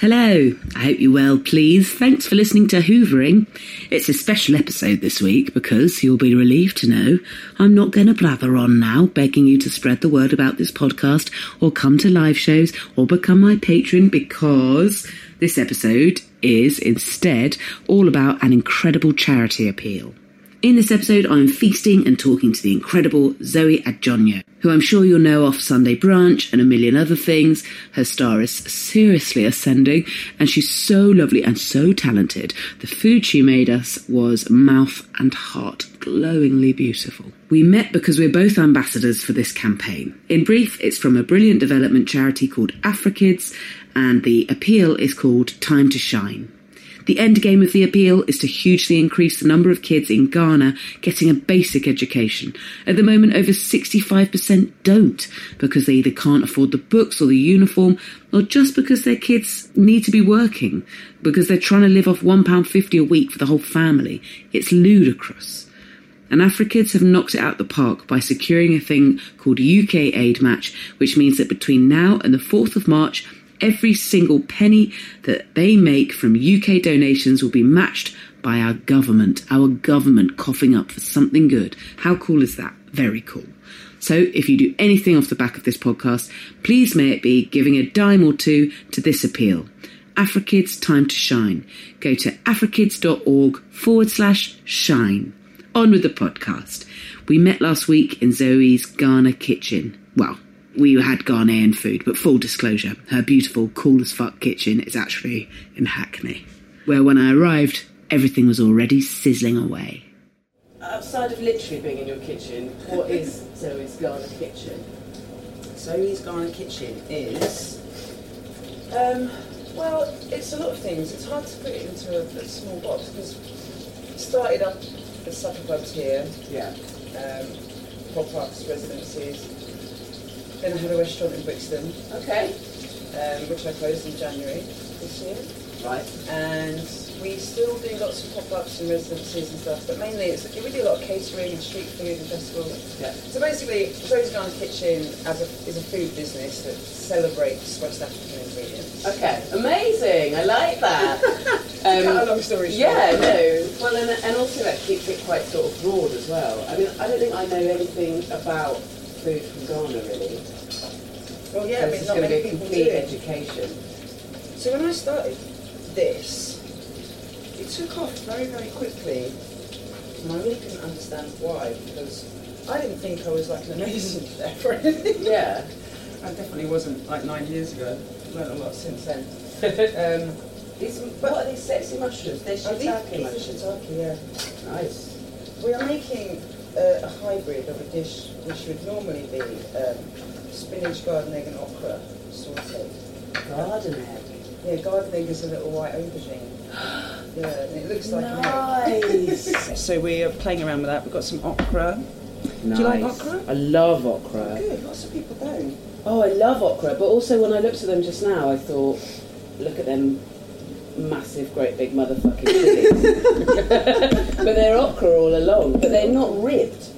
Hello, I hope you're well, please. Thanks for listening to Hoovering. It's a special episode this week because you'll be relieved to know I'm not going to blather on now, begging you to spread the word about this podcast or come to live shows or become my patron because this episode is instead all about an incredible charity appeal. In this episode, I'm feasting and talking to the incredible Zoe Adjonyo, who I'm sure you'll know off Sunday Brunch and a million other things. Her star is seriously ascending, and she's so lovely and so talented. The food she made us was mouth and heart glowingly beautiful. We met because we're both ambassadors for this campaign. In brief, it's from a brilliant development charity called AfriKids, and the appeal is called Time to Shine. The end game of the appeal is to hugely increase the number of kids in Ghana getting a basic education. At the moment, over 65% don't because they either can't afford the books or the uniform, or just because their kids need to be working because they're trying to live off £1.50 a week for the whole family. It's ludicrous. And AfriKids have knocked it out the park by securing a thing called UK Aid Match, which means that between now and the 4th of March, Every single penny that they make from UK donations will be matched by our government. Our government coughing up for something good. How cool is that? Very cool. So, if you do anything off the back of this podcast, please may it be giving a dime or two to this appeal. AfriKids Time to Shine. Go to afrikids.org forward slash shine. On with the podcast. We met last week in Zoe's Ghana kitchen. Well, we had Ghanaian food, but full disclosure, her beautiful, cool as fuck kitchen is actually in Hackney, where when I arrived, everything was already sizzling away. Outside of literally being in your kitchen, what is Zoe's Garden Kitchen? Zoe's Garden Kitchen is Um, well, it's a lot of things. It's hard to put it into a, a small box because started up as supper clubs here, yeah. um, pop ups, residencies. Then I had a restaurant in Brixton, Okay. um, which I closed in January this year, Right. and We still do lots of pop-ups and residencies and stuff, but mainly it's we do a lot of catering and street food and festivals. Yeah. So basically, Rose Garden Kitchen as a, is a food business that celebrates West African ingredients. Okay, amazing. I like that. Cut a Um, long story short. yeah, no. Well, and, and also that keeps it quite sort of broad as well. I mean, I don't think I know anything about food from Ghana really. Well, this yeah, I mean, is not going to many be a people complete do it. education. So when I started this, it took off very, very quickly. And I really couldn't understand why, because I didn't think I was like an amazing chef or anything. Yeah. I definitely wasn't like nine years ago. I've learned a lot since then. um, These, what are these sexy mushrooms? They're I think shiitake it's mushrooms. shiitake, yeah. Nice. We are making uh, a hybrid of a dish which would normally be um, spinach, garden egg and okra sauteed. Garden egg. Yeah, garden egg is a little white aubergine. Yeah, and it looks like an egg. Nice. So we are playing around with that. We've got some okra. nice. you like okra? I love okra. Good, lots of people don't. Oh, I love okra, but also when I looked at them just now, I thought, look at them massive, great big motherfucking titties. but they're okra all along, but they're not ribbed.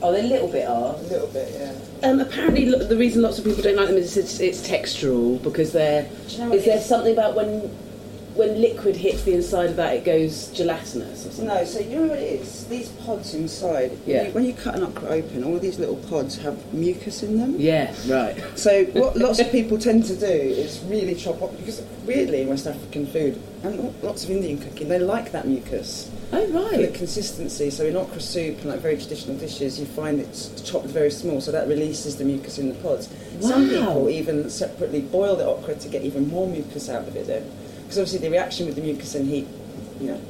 Oh, they a little bit are. A little bit, yeah. Um, apparently, lo- the reason lots of people don't like them is it's, it's textural because they're. is there something about when when liquid hits the inside of that, it goes gelatinous or something? No, so you know what it is? These pods inside. when Yeah. you- When you cut an okra open, all these little pods have mucus in them. Yeah, right. So what lots of people tend to do is really chop up because weirdly in West African food and lots of Indian cooking they like that mucus Oh, and the right. consistency. So in okra soup and like very traditional dishes, you find it's chopped very small, so that releases the mucus in the pods. Some Wow. people even separately boil the okra to get even more mucus out of it. Then, because obviously the reaction with the mucus and heat, you know,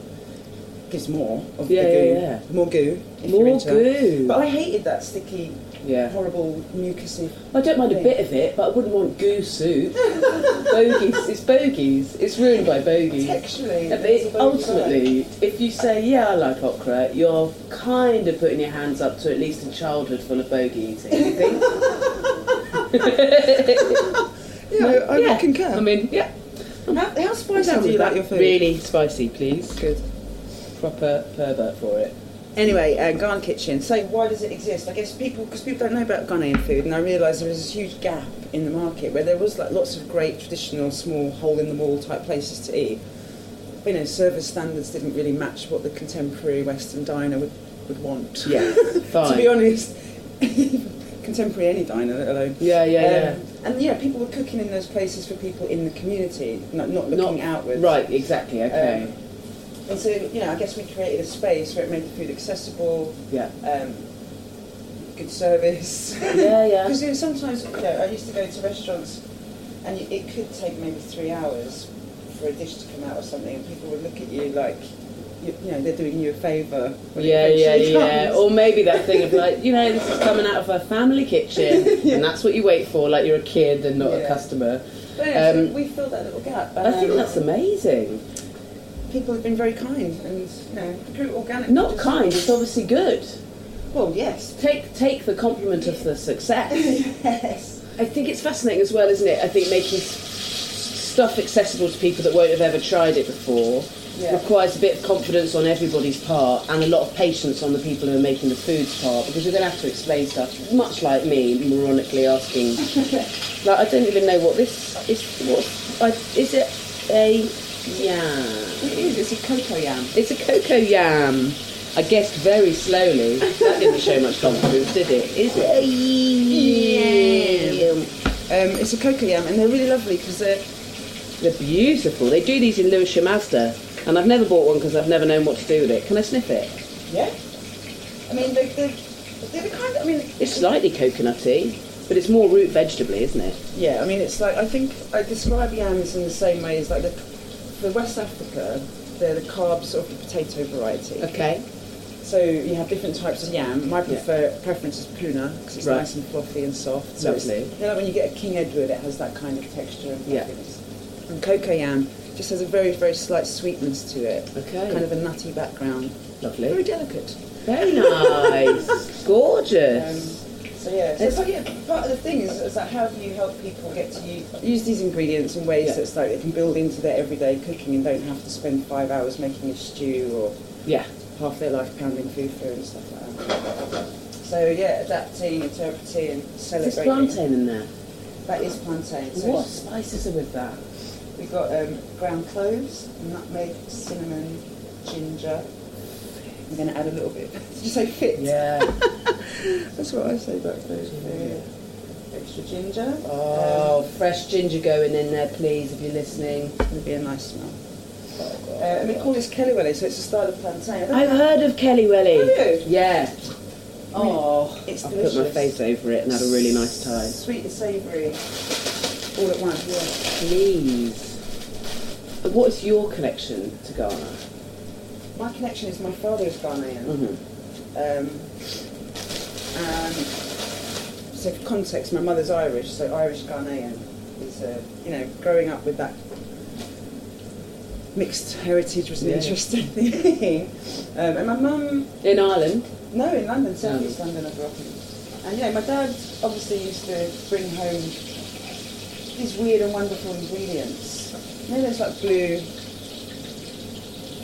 gives more of Yeah, the yeah, goo, yeah. more goo. if More you're into that. goo. But I hated that sticky, Yeah. horrible mucusy I don't mind a bit of it, but I wouldn't want goo soup. bogies, it's bogies. It's ruined by bogies. Texturally, Yeah, but it's it- about ultimately, if you say, yeah, I like okra, you're kind of putting your hands up to at least a childhood full of bogies. Yeah, I, I yeah. concur. I mean, yeah. how, how spicy Sounds do you like that your food? Really spicy, please. good. Proper pervert for it. Anyway, uh, Ghana Kitchen. So why does it exist? I guess people, because people don't know about Ghanaian food, and I realised there was this huge gap in the market where there was like lots of great traditional small hole in the wall type places to eat. You know, service standards didn't really match what the contemporary Western diner would, would want. Yeah, to fine. be honest, contemporary any diner, let alone. Um, Yeah, yeah, yeah. And yeah, people were cooking in those places for people in the community, not, not looking outwards. Right, exactly, okay. Um, And so, you know, I guess we created a space where it made the food accessible, yeah. um, good service. Yeah, yeah. Because you know, sometimes, you know, I used to go to restaurants and it could take maybe three hours for a dish to come out or something, and people would look at you like, you, you know, they're doing you a favour. when it Yeah, yeah, eventually yeah. comes. Or maybe that thing of like, you know, this is coming out of a family kitchen, and that's what you wait for, like you're a kid and not Yeah. a customer. But yeah, so um, we filled that little gap. I think um, that's amazing. people have been very kind and, you know, grew organically. Not just- kind, it's obviously good. Well, yes. Take take the compliment of the success. yes. I think it's fascinating as well, isn't it? I think making s- stuff accessible to people that won't have ever tried it before Yeah. requires a bit of confidence on everybody's part and a lot of patience on the people who are making the food's part because you're going to have to explain stuff, much like me moronically asking. like, I don't even know what this is. What I, is it? A yam. It is, it's a cocoa yam. It's a cocoa yam. I guessed very slowly. That didn't show much confidence, did it? Is it a yam? Um, it's a cocoa yam, and they're really lovely because they're They're beautiful. They do these in Lewisham Asda, and I've never bought one because I've never known what to do with it. Can I sniff it? Yeah. I mean, they, they, they're the kind of, I mean, It's slightly coconutty, but it's more root vegetable, isn't it? yeah, I mean, it's like, I think I describe yams in the same way as like the, for West Africa, they're the carbs of the potato variety. Okay. So you have different types of yam. My prefer, preference is puna because it's Right. nice and fluffy and soft. So Lovely. It's, you know, like when you get a King Edward, it has that kind of texture and Yeah. fluffiness. And cocoa yam just has a very, very slight sweetness to it. Okay. Kind of a nutty background. Very Lovely. delicate. Very nice. Gorgeous. So yeah, so it's like, yeah, part of the thing is, is that how do you help people get to use, use these ingredients in ways Yeah. that's like they can build into their everyday cooking and don't have to spend five hours making a stew or Yeah. half their life pounding food through and stuff like that. So yeah, adapting, interpreting, There's celebrating. plantain in there. That is plantain. So What spices are with that? We've got um, ground cloves, nutmeg, cinnamon, ginger. I'm going to add a little bit. Did you say fit? Yeah. That's what I say about cloves. Yeah. Extra ginger. Um, Oh, fresh ginger going in there, please, if you're listening. It's going to be a nice smell. Uh, and we call this Kellywelly, so it's a style of plantain. I don't I've heard of Kelly Welly. Have you? Yeah. Oh, it's I delicious. put my face over it and had a really nice time. Sweet and savoury, all at once. Yeah. Please. And What is your connection to Ghana? My connection is my father is Ghanaian. Mm-hmm. Um, and so for context, my mother's Irish, so Irish Ghanaian is, uh, you know, growing up with that mixed heritage was an Yeah. interesting thing. um, and my mum, In Ireland? Mm. no, in London, South East London, I grew up in. And yeah, my dad obviously used to bring home these weird and wonderful ingredients. You know those like blue,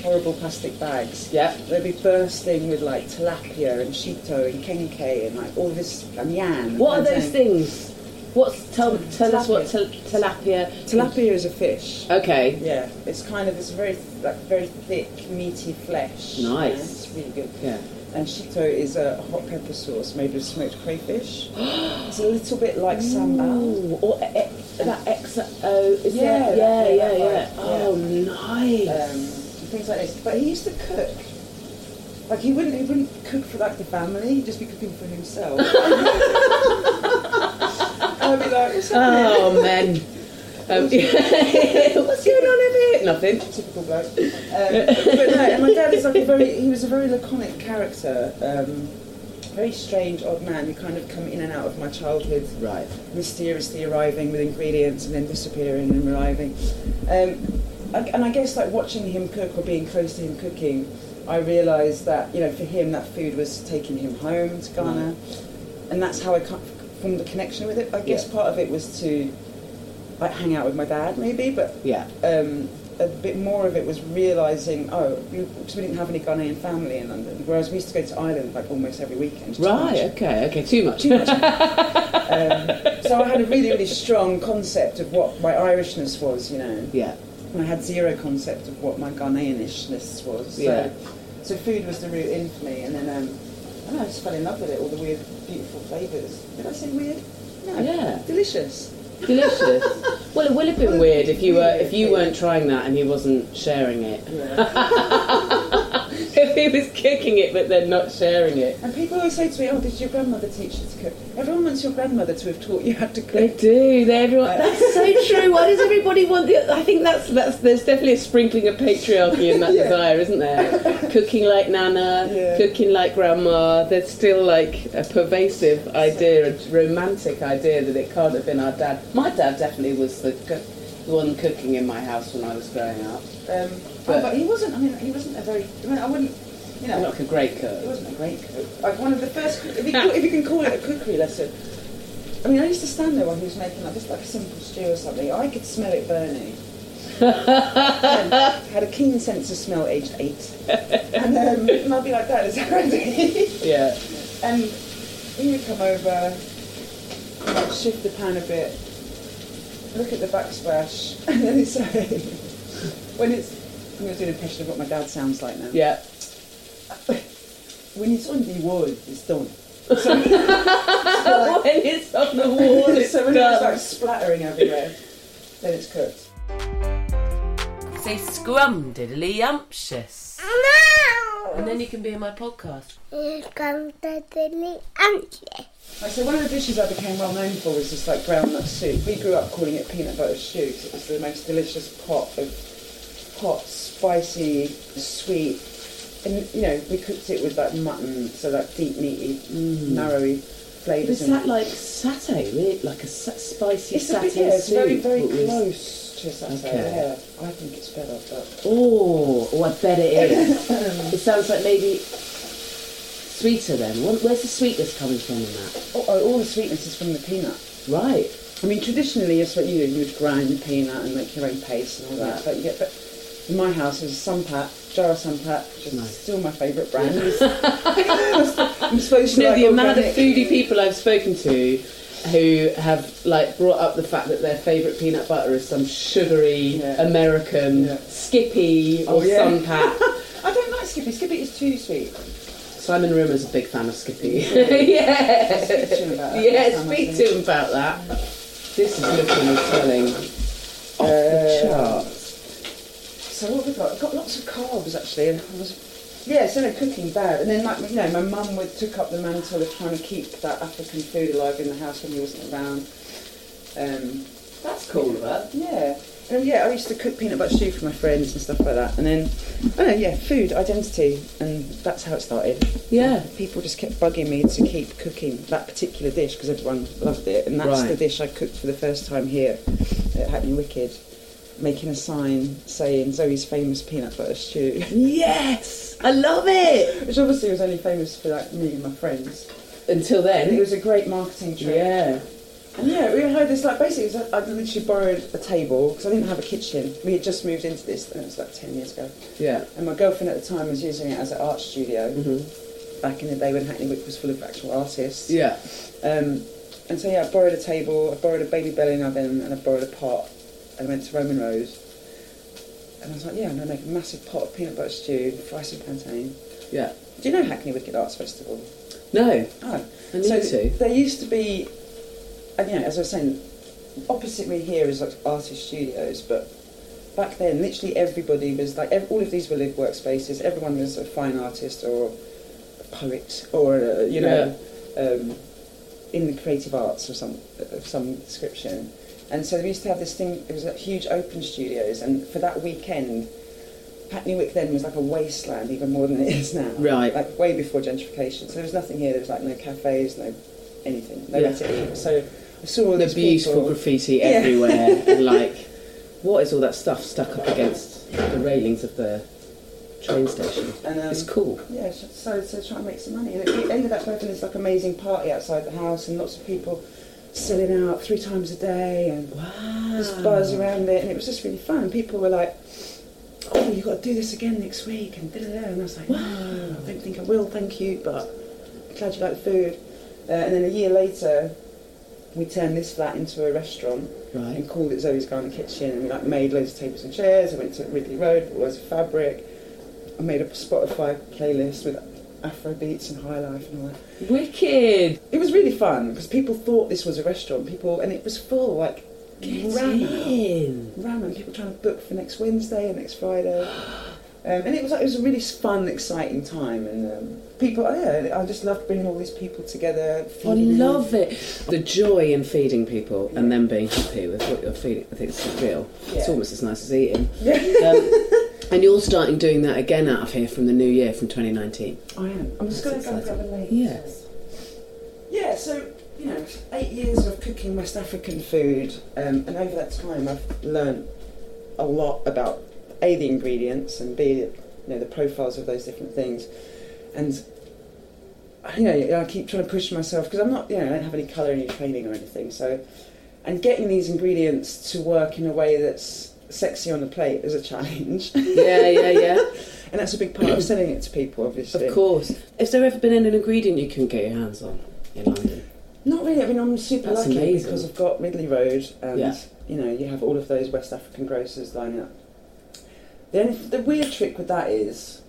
horrible plastic bags? Yeah. They'd be bursting with like tilapia and shito and kenke and like all this and yam. and What are those plantain. things? What's tell, tell us what til, tilapia? Tilapia is a fish. Okay. Yeah, it's kind of it's very like very thick meaty flesh. you know, Nice. It's really good. Yeah. And shito is a hot pepper sauce made with smoked crayfish. it's a little bit like sambal. Ooh, or e- e- that XO? Is Yeah, that- that, yeah, yeah, yeah, yeah, that vibe, Oh, nice. um, and things like this. But he used to cook. Like he wouldn't, he wouldn't cook for like the family. He'd just be cooking for himself. and I'd be like, "What's happening?" oh man. Um, what's going on in here? Nothing. Typical bloke. Um, but no, and my dad is like a very, he was a very laconic character. Um, very strange, odd man who kind of come in and out of my childhood. Right. mysteriously arriving with ingredients and then disappearing and arriving. Um, I- and I guess like watching him cook or being close to him cooking, I realised that you know for him that food was taking him home to Ghana, and that's how I co- formed a connection with it. I guess Mm. Yeah. part of it was to like hang out with my dad maybe, but Yeah. um, a bit more of it was realizing oh because we didn't have any Ghanaian family in London, whereas we used to go to Ireland like almost every weekend. to lunch. Right. Okay. Okay. Too much. So I had a really, really strong concept of what my Irishness was, you know. yeah. And I had zero concept of what my Ghanaianishness was. So, Yeah. so food was the root in for me, and then um, I, don't know, I just fell in love with it, all the weird, beautiful flavours. Did I say weird? No. Yeah. Delicious. Delicious. Well, it would have been weird if you were if you weren't trying that and he wasn't sharing it. if he was kicking it but then not sharing it. And people always say to me, oh, did your grandmother teach you to cook? Everyone wants your grandmother to have taught you how to They cook. do. They everyone. That's so true. Why does everybody want the? I think that's that's. There's definitely a sprinkling of patriarchy in that desire, isn't there? cooking like Nana, Yeah. cooking like Grandma. There's still like a pervasive idea, a romantic idea that it can't have been our dad. My dad definitely was the, cook, the one cooking in my house when I was growing up. Um, but, But- but he wasn't, I mean, he wasn't a very, I mean, I wouldn't, you know. I'm not a great It cook. wasn't a great cook. Like Uh, one of the first, if you, call, if you can call it a cookery lesson. I mean, I used to stand there while he was making like just like a simple stew or something. I could smell it burning. Um, had a keen sense of smell at age eight, and, um, and I'd be like, "That is horrendous." Yeah. and he would come over, like, shift the pan a bit, look at the backsplash, and then he'd say, "When it's," I'm going to do an impression of what my dad sounds like now Yeah. when it's on the wall, it's done. when it's on the wall, it's so when Um, done. it's like splattering everywhere, then it's cooked. Say scrum diddly umptious. And then you can be in my podcast. Like, so one of the dishes I became well known for was this like groundnut soup. We grew up calling it peanut butter stew 'cause it was the most delicious pot of hot, spicy, sweet. And you know, we cooked it with like mutton, so like deep meaty, marrowy flavours. Is in that it. like satay, really? Like a sa- spicy it's a satay bit, yeah, it's soup? very, very What was- close to satay. Okay. Yeah, I think it's better, but Oh, oh, I bet it is. it sounds like maybe Sweeter then. What- Where's the sweetness coming from in that? Oh, oh, all the sweetness is from the peanut. Right. I mean, traditionally, it's what you know, you would grind the peanut and make your own paste and all that. But you get, but in my house, it was Sunpat, jar of Sunpat, which is still my favourite brand. I'm supposed to You know, like the amount of organic. foodie people I've spoken to who have like brought up the fact that their favourite peanut butter is some sugary Yeah. American Yeah. Skippy Oh, or yeah. some pat. I don't like Skippy. Skippy is too sweet. Simon Rimmer's a big fan of Skippy. yeah. Speak to him about that next Yeah, time I speak see to him about that. This is looking and smelling off the charts. So what have we got? I've got lots of carbs actually. I was, yeah, it's in a cooking bad. And then like you know, my mum would took up the mantle of trying to keep that African food alive in the house when he wasn't around. Um, That's cool, that. yeah. And yeah, I used to cook peanut butter stew for my friends and stuff like that. And then, I don't know, yeah, food identity, and that's how it started. Yeah. People just kept bugging me to keep cooking that particular dish because everyone loved it, and that's Right. the dish I cooked for the first time here at Hackney Wicked, making a sign saying Zoe's famous peanut butter stew, Yes! I love it! which obviously was only famous for like me and my friends. Until And it then. was a great marketing trick. Yeah. And yeah, we had this like basically, it was, like, I literally borrowed a table because I didn't have a kitchen. We had just moved into this, and it was like ten years ago. Yeah. And my girlfriend at the time was using it as an art studio back in the day when Hackney Wick was full of actual artists. Yeah. Um, and so yeah, I borrowed a table, I borrowed a baby belly oven, and I borrowed a pot, and I went to Roman Rose. And I was like, yeah, I'm gonna make a massive pot of peanut butter stew, fry some plantain. Yeah. Do you know Hackney Wicked Arts Festival? No. Oh, I need so to. there used to be, and you know, as I was saying, opposite me here is like artist studios, but back then, literally everybody was like, ev all of these were live workspaces. Everyone was a fine artist or a poet or a, you know, um, in the creative arts of some of some description. And so we used to have this thing. It was like huge open studios, and for that weekend. Hackney Wick then was like a wasteland, even more than it is now. Right. Like way before gentrification. So there was nothing here. There was like no cafes, no anything, no Yeah. yeah. to eat. So I saw all The these beautiful people. graffiti everywhere. and like, what is all that stuff stuck up against the railings of the train station? And, um, it's cool. Yeah, sh- so so try and make some money. And it ended up having this like amazing party outside the house, and lots of people selling out three times a day, and just buzz around it, and it was just really fun. People were like, "Oh, you got to do this again next week," and da da da. And I was like, "No, I don't think I will. Thank you, but I'm glad you like the food." Uh, and then a year later, we turned this flat into a restaurant Right. and called it Zoe's Garden Kitchen, and we like made loads of tables and chairs. I went to Ridley Road, bought loads of fabric. I made a Spotify playlist with Afro beats and high life and all that. Wicked. It was really fun because people thought this was a restaurant. People and it was full like ram in. ram and people trying to book for next Wednesday and next Friday. Um, and it was like, it was a really fun, exciting time, and um, people. Yeah, I just loved bringing all these people together. I love it. The joy in feeding people and then being happy with what you're feeding. I think it's real. Yeah. It's almost as nice as eating. um, and you're starting doing that again out of here from the new year, from 2019. I am. I'm just going to go and grab a lady. Yes. Yeah, so you know, eight years of cooking West African food, um, and over that time, I've learned a lot about a the ingredients and b you know the profiles of those different things, and you know I keep trying to push myself because I'm not you know I don't have any culinary training or anything, so and getting these ingredients to work in a way that's sexy on the plate is a challenge, and Yeah, yeah, yeah. that's a big part of selling it to people, obviously. Of course. Has there ever been an ingredient you couldn't get your hands on in London? Not really. I mean, I'm super That's lucky amazing. because I've got Ridley Road, um, and Yeah. you know, you have all of those West African grocers lining up. The only the weird trick with that is,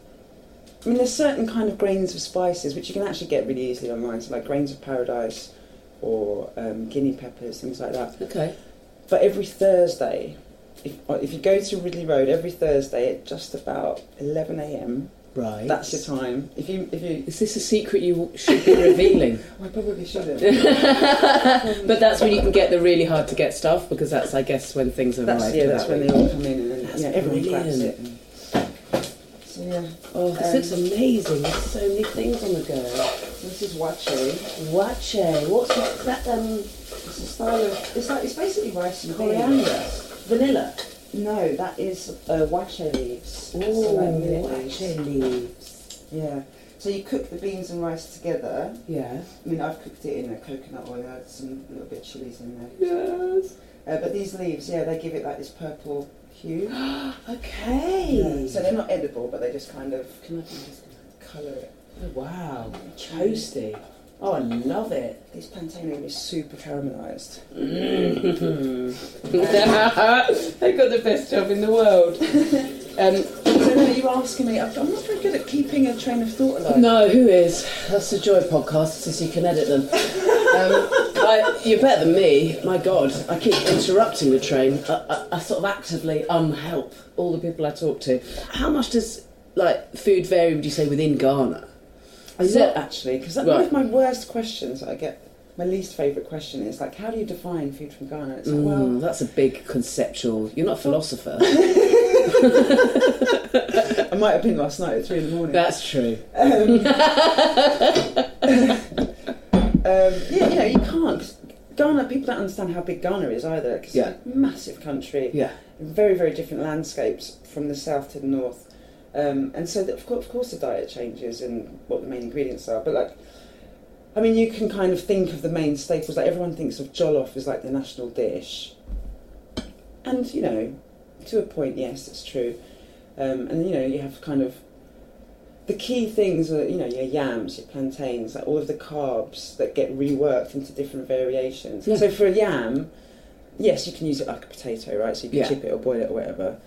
I mean, there's certain kind of grains of spices which you can actually get really easily online, so like grains of paradise or um, guinea peppers, things like that. Okay. But every Thursday, if uh, if you go to Ridley Road every Thursday at just about 11 a.m., Right. that's your time. If you if you, oh, Is this a secret you should be revealing? I probably shouldn't. but that's when you can get the really hard to get stuff because that's, I guess, when things arrive. That's yeah. for That's that when week. they all come in, and then yeah, everyone brilliant. grabs it. So yeah, Oh, this Um, looks amazing. There's so many things on the go. this is wache. Wache. What's that? Is that um, It's a style of. It's like it's basically rice and Coriander. coriander. vanilla? No, that is uh, wache leaves. Oh, So like millet leaves. wache leaves. Yeah. So you cook the beans and rice together. Yes. I mean, I've cooked it in a coconut oil. I had some little bit of chilies in there. Yes. Uh, but these leaves, yeah, they give it like this purple hue. Okay. Yeah, So they're not edible, but they just kind of Can I just colour it. Oh, wow. Toasty. Oh, I love it. This plantain is super caramelised. They've got the best job in the world. Um, So now you're asking me, I'm I'm not very good at keeping a train of thought alive. no, who is? That's the joy of podcasts, is you can edit them. Um, I, you're better than me. My God, I keep interrupting the train. I, I, I sort of actively unhelp all the people I talk to. How much does like food vary? Would you say within Ghana? A So- lot actually, because one Right. of my worst questions that I get, my least favourite question is like, how do you define food from Ghana? It's like, Well, well, Hmm, that's a big conceptual. You're not a philosopher. I might have been last night at three in the morning. that's true. Um, yeah, you know, you can't. 'cause Ghana, people don't understand how big Ghana is either. 'cause Yeah. it's a massive country. Yeah. Very, very different landscapes from the south to the north. Um, and so, that, of, course, of course, the diet changes and what the main ingredients are. But, like, I mean, you can kind of think of the main staples. Like, everyone thinks of jollof as like the national dish. And, you know, to a point, yes, that's true. Um, and, you know, you have kind of the key things are you know your yams, your plantains, like all of the carbs that get reworked into different variations. Yeah. So for a yam, yes, you can use it like a potato, right? So you can Yeah. chip it or boil it or whatever.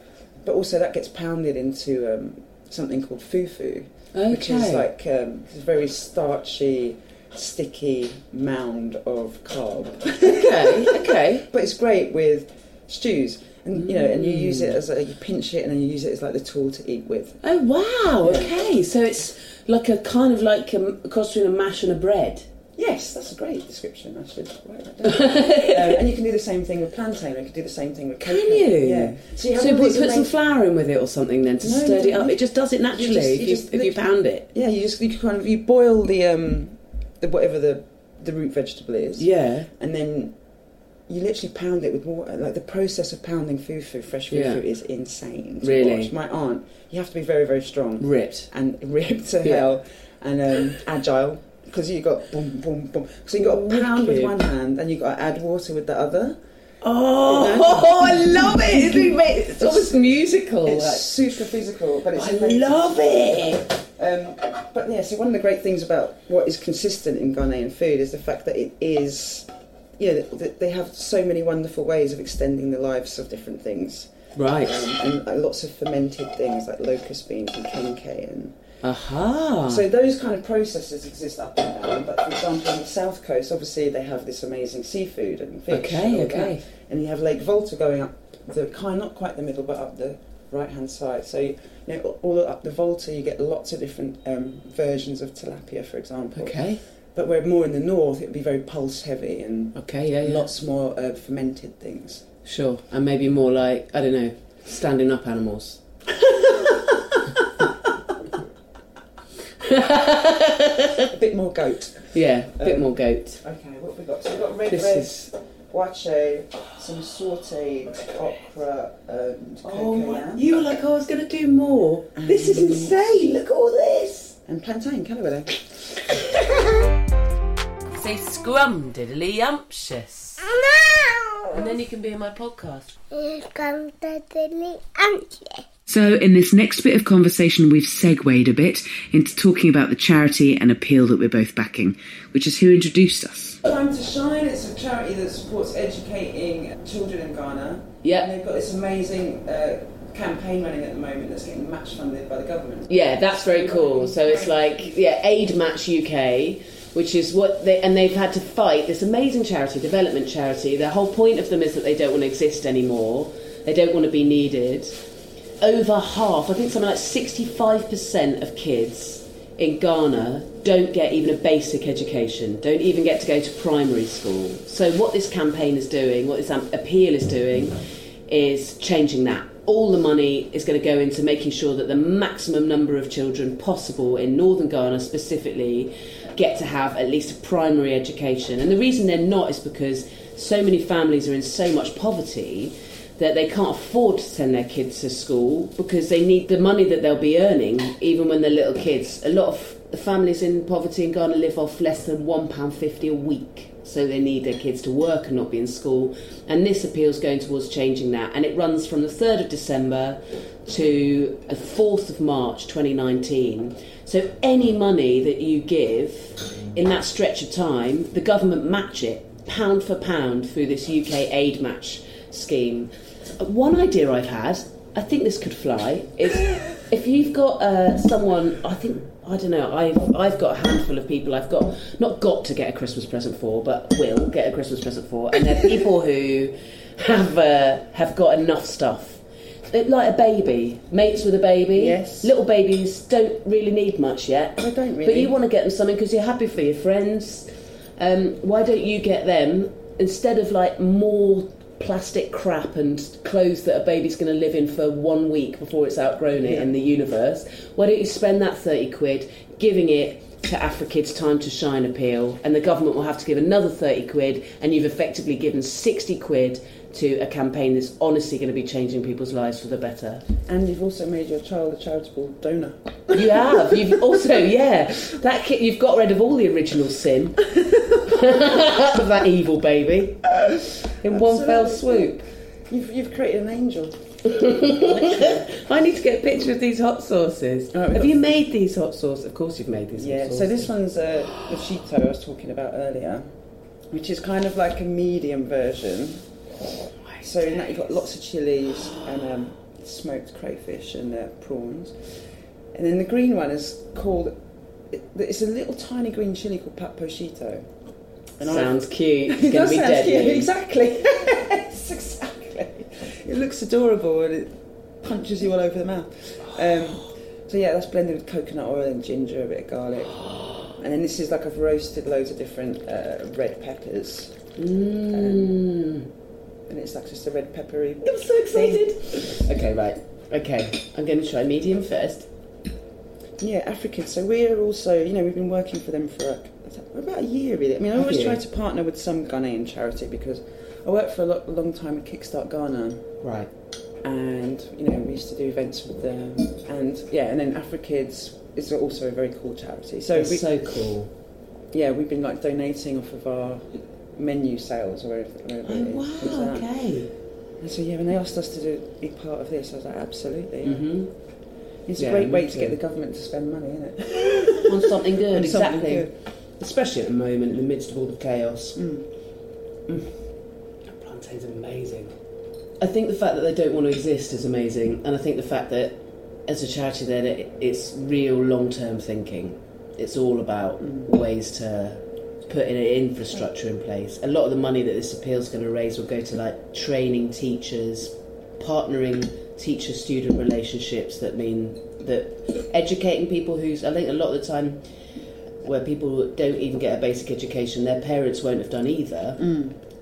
But also that gets pounded into um, something called fufu, which is like um, this very starchy, sticky mound of carb. okay, okay. But it's great with stews. And you know, and you Mm. use it as a you pinch it and then you use it as like the tool to eat with. Oh wow, okay. So it's like a kind of like a, a cross between a mash and a bread. Yes, that's a great description. I should write that down. um, and you can do the same thing with plantain. You can do the same thing with coconut. you? Yeah. So you have So all put, these put some amazing- flour in with it or something then to No, stir it you- up. Oh, It just does it naturally you if, you, just if you literally- pound it. Yeah, you just you kind of you boil the um the whatever the the root vegetable is, Yeah. and then you literally pound it with water. Like the process of pounding fufu, fresh fufu, Yeah. is insane. to Really? watch. my aunt. You have to be very very strong. Ripped. and ripped to Yeah. hell and um, agile because you got boom boom boom. So you got to pound with Wicked. one hand and you got to add water with the other. Oh, I love it. It's, it's almost musical. It's like. super physical, but it's I amazing. love it. Um, but yeah, so one of the great things about what is consistent in Ghanaian food is the fact that it is, you know, that they have so many wonderful ways of extending the lives of different things, Right. and like, lots of fermented things like locust beans and kenke and. Aha. So those kind of processes exist up and down. But for example, on the south coast, obviously they have this amazing seafood and fish. Okay, and all okay. that. And you have Lake Volta going up the kind, not quite the middle, but up the right-hand side. So you know, all up the Volta, you get lots of different um, versions of tilapia, for example. okay. But where more in the north, it would be very pulse-heavy and Okay. Yeah. yeah. lots more uh, fermented things. Sure. And maybe more like I don't know, standing up animals. A bit more goat. Yeah. A bit Um, more goat. Okay, what have we got? So we've got red This red, is. Guacho, some sauteed okra, and coconut. you were like, oh, I was going to do more. This is insane. Look at all this. and plantain calabash. Say scrum diddly umptious. And then you can be in my podcast. So, in this next bit of conversation, we've segued a bit into talking about the charity and appeal that we're both backing, which is who introduced us. Time to Shine. It's a charity that supports educating children in Ghana. Yeah. And they've got this amazing uh, campaign running at the moment that's getting match funded by the government. Yeah, that's very cool. So it's like yeah, Aid Match UK, which is what they and they've had to fight this amazing charity, development charity. The whole point of them is that they don't want to exist anymore. They don't want to be needed. Over half, I think something like sixty-five percent of kids in Ghana don't get even a basic education, don't even get to go to primary school. So what this campaign is doing, what this um, appeal is doing, is changing that. All the money is going to go into making sure that the maximum number of children possible in northern Ghana specifically get to have at least a primary education. And the reason they're not is because so many families are in so much poverty that they can't afford to send their kids to school because they need the money that they'll be earning even when they're little kids. A lot of families in poverty in Ghana live off less than £1.50 a week. So they need their kids to work and not be in school. And this appeal's going towards changing that. And it runs from the 3rd of December to the 4th of March 2019. So any money that you give in that stretch of time, the government match it pound for pound through this UK aid match scheme. One idea I've had, I think this could fly, is if you've got uh, someone, I think, I don't know, I've, I've got a handful of people I've got, not got to get a Christmas present for, but will get a Christmas present for, and they're people who have, uh, have got enough stuff. They're Like a baby, mates with a baby. Yes. Little babies don't really need much yet. They don't But really. you want to get them something because you're happy for your friends. Um, why don't you get them instead of like more plastic crap and clothes that a baby's going to live in for one week before it's outgrown it in the universe? Why don't you spend that 30 quid giving it to AfroKids Time to Shine appeal and the government will have to give another 30 quid and you've effectively given 60 quid to a campaign that's honestly going to be changing people's lives for the better. And you've also made your child a charitable donor. You have. You've also, yeah, that kid. You've got rid of all the original sin of that evil baby in one fell swoop. You've, you've created an angel. I need to get a picture of these hot sauces. All right, we've have got- you made these hot sauces? Of course, you've made these. hot Yeah, so sauces. this one's a prosciutto I was talking about earlier, which is kind of like a medium version. So in that you've got lots of chilies and um, smoked crayfish and uh, prawns. And then the green one is called, it- it's a little tiny green chili called pat prosciutto. And I- sounds cute. It's it going does to be sound deadly. cute, exactly. Yes, exactly. It looks adorable and it punches you all over the mouth. Um, so yeah, that's blended with coconut oil and ginger, a bit of garlic, and then this is like I've roasted loads of different uh, red peppers, Um, Mm. and it's like just a red peppery. I'm so excited. Okay, right. Okay, I'm going to try medium first. Yeah, African. So we're also, you know, we've been working for them for uh, about a year, really. I mean, I Have always you? try to partner with some Ghanaian charity because I worked for a, lo- a long time at Kickstart Ghana. Right. and you know we used to do events with them and yeah and then AfroKids is also a very cool charity so It's we, so cool. yeah we've been like donating off of our menu sales or wherever, wherever it is, things like that. Oh, Okay. and so yeah when they asked us to do, be part of this I was like absolutely hmm it's Yeah, a great me way to get too. the government to spend money isn't it on something good, On something exactly. good. Especially at the moment, in the midst of all the chaos. That plantain's amazing. I think the fact that they don't want to exist is amazing, and I think the fact that as a charity, that it, it's real long-term thinking. It's all about ways to put in an infrastructure in place. A lot of the money that this appeal's going to raise will go to like training teachers, partnering teacher-student relationships that mean that educating people who's I think a lot of the time where people don't even get a basic education, their parents won't have done either.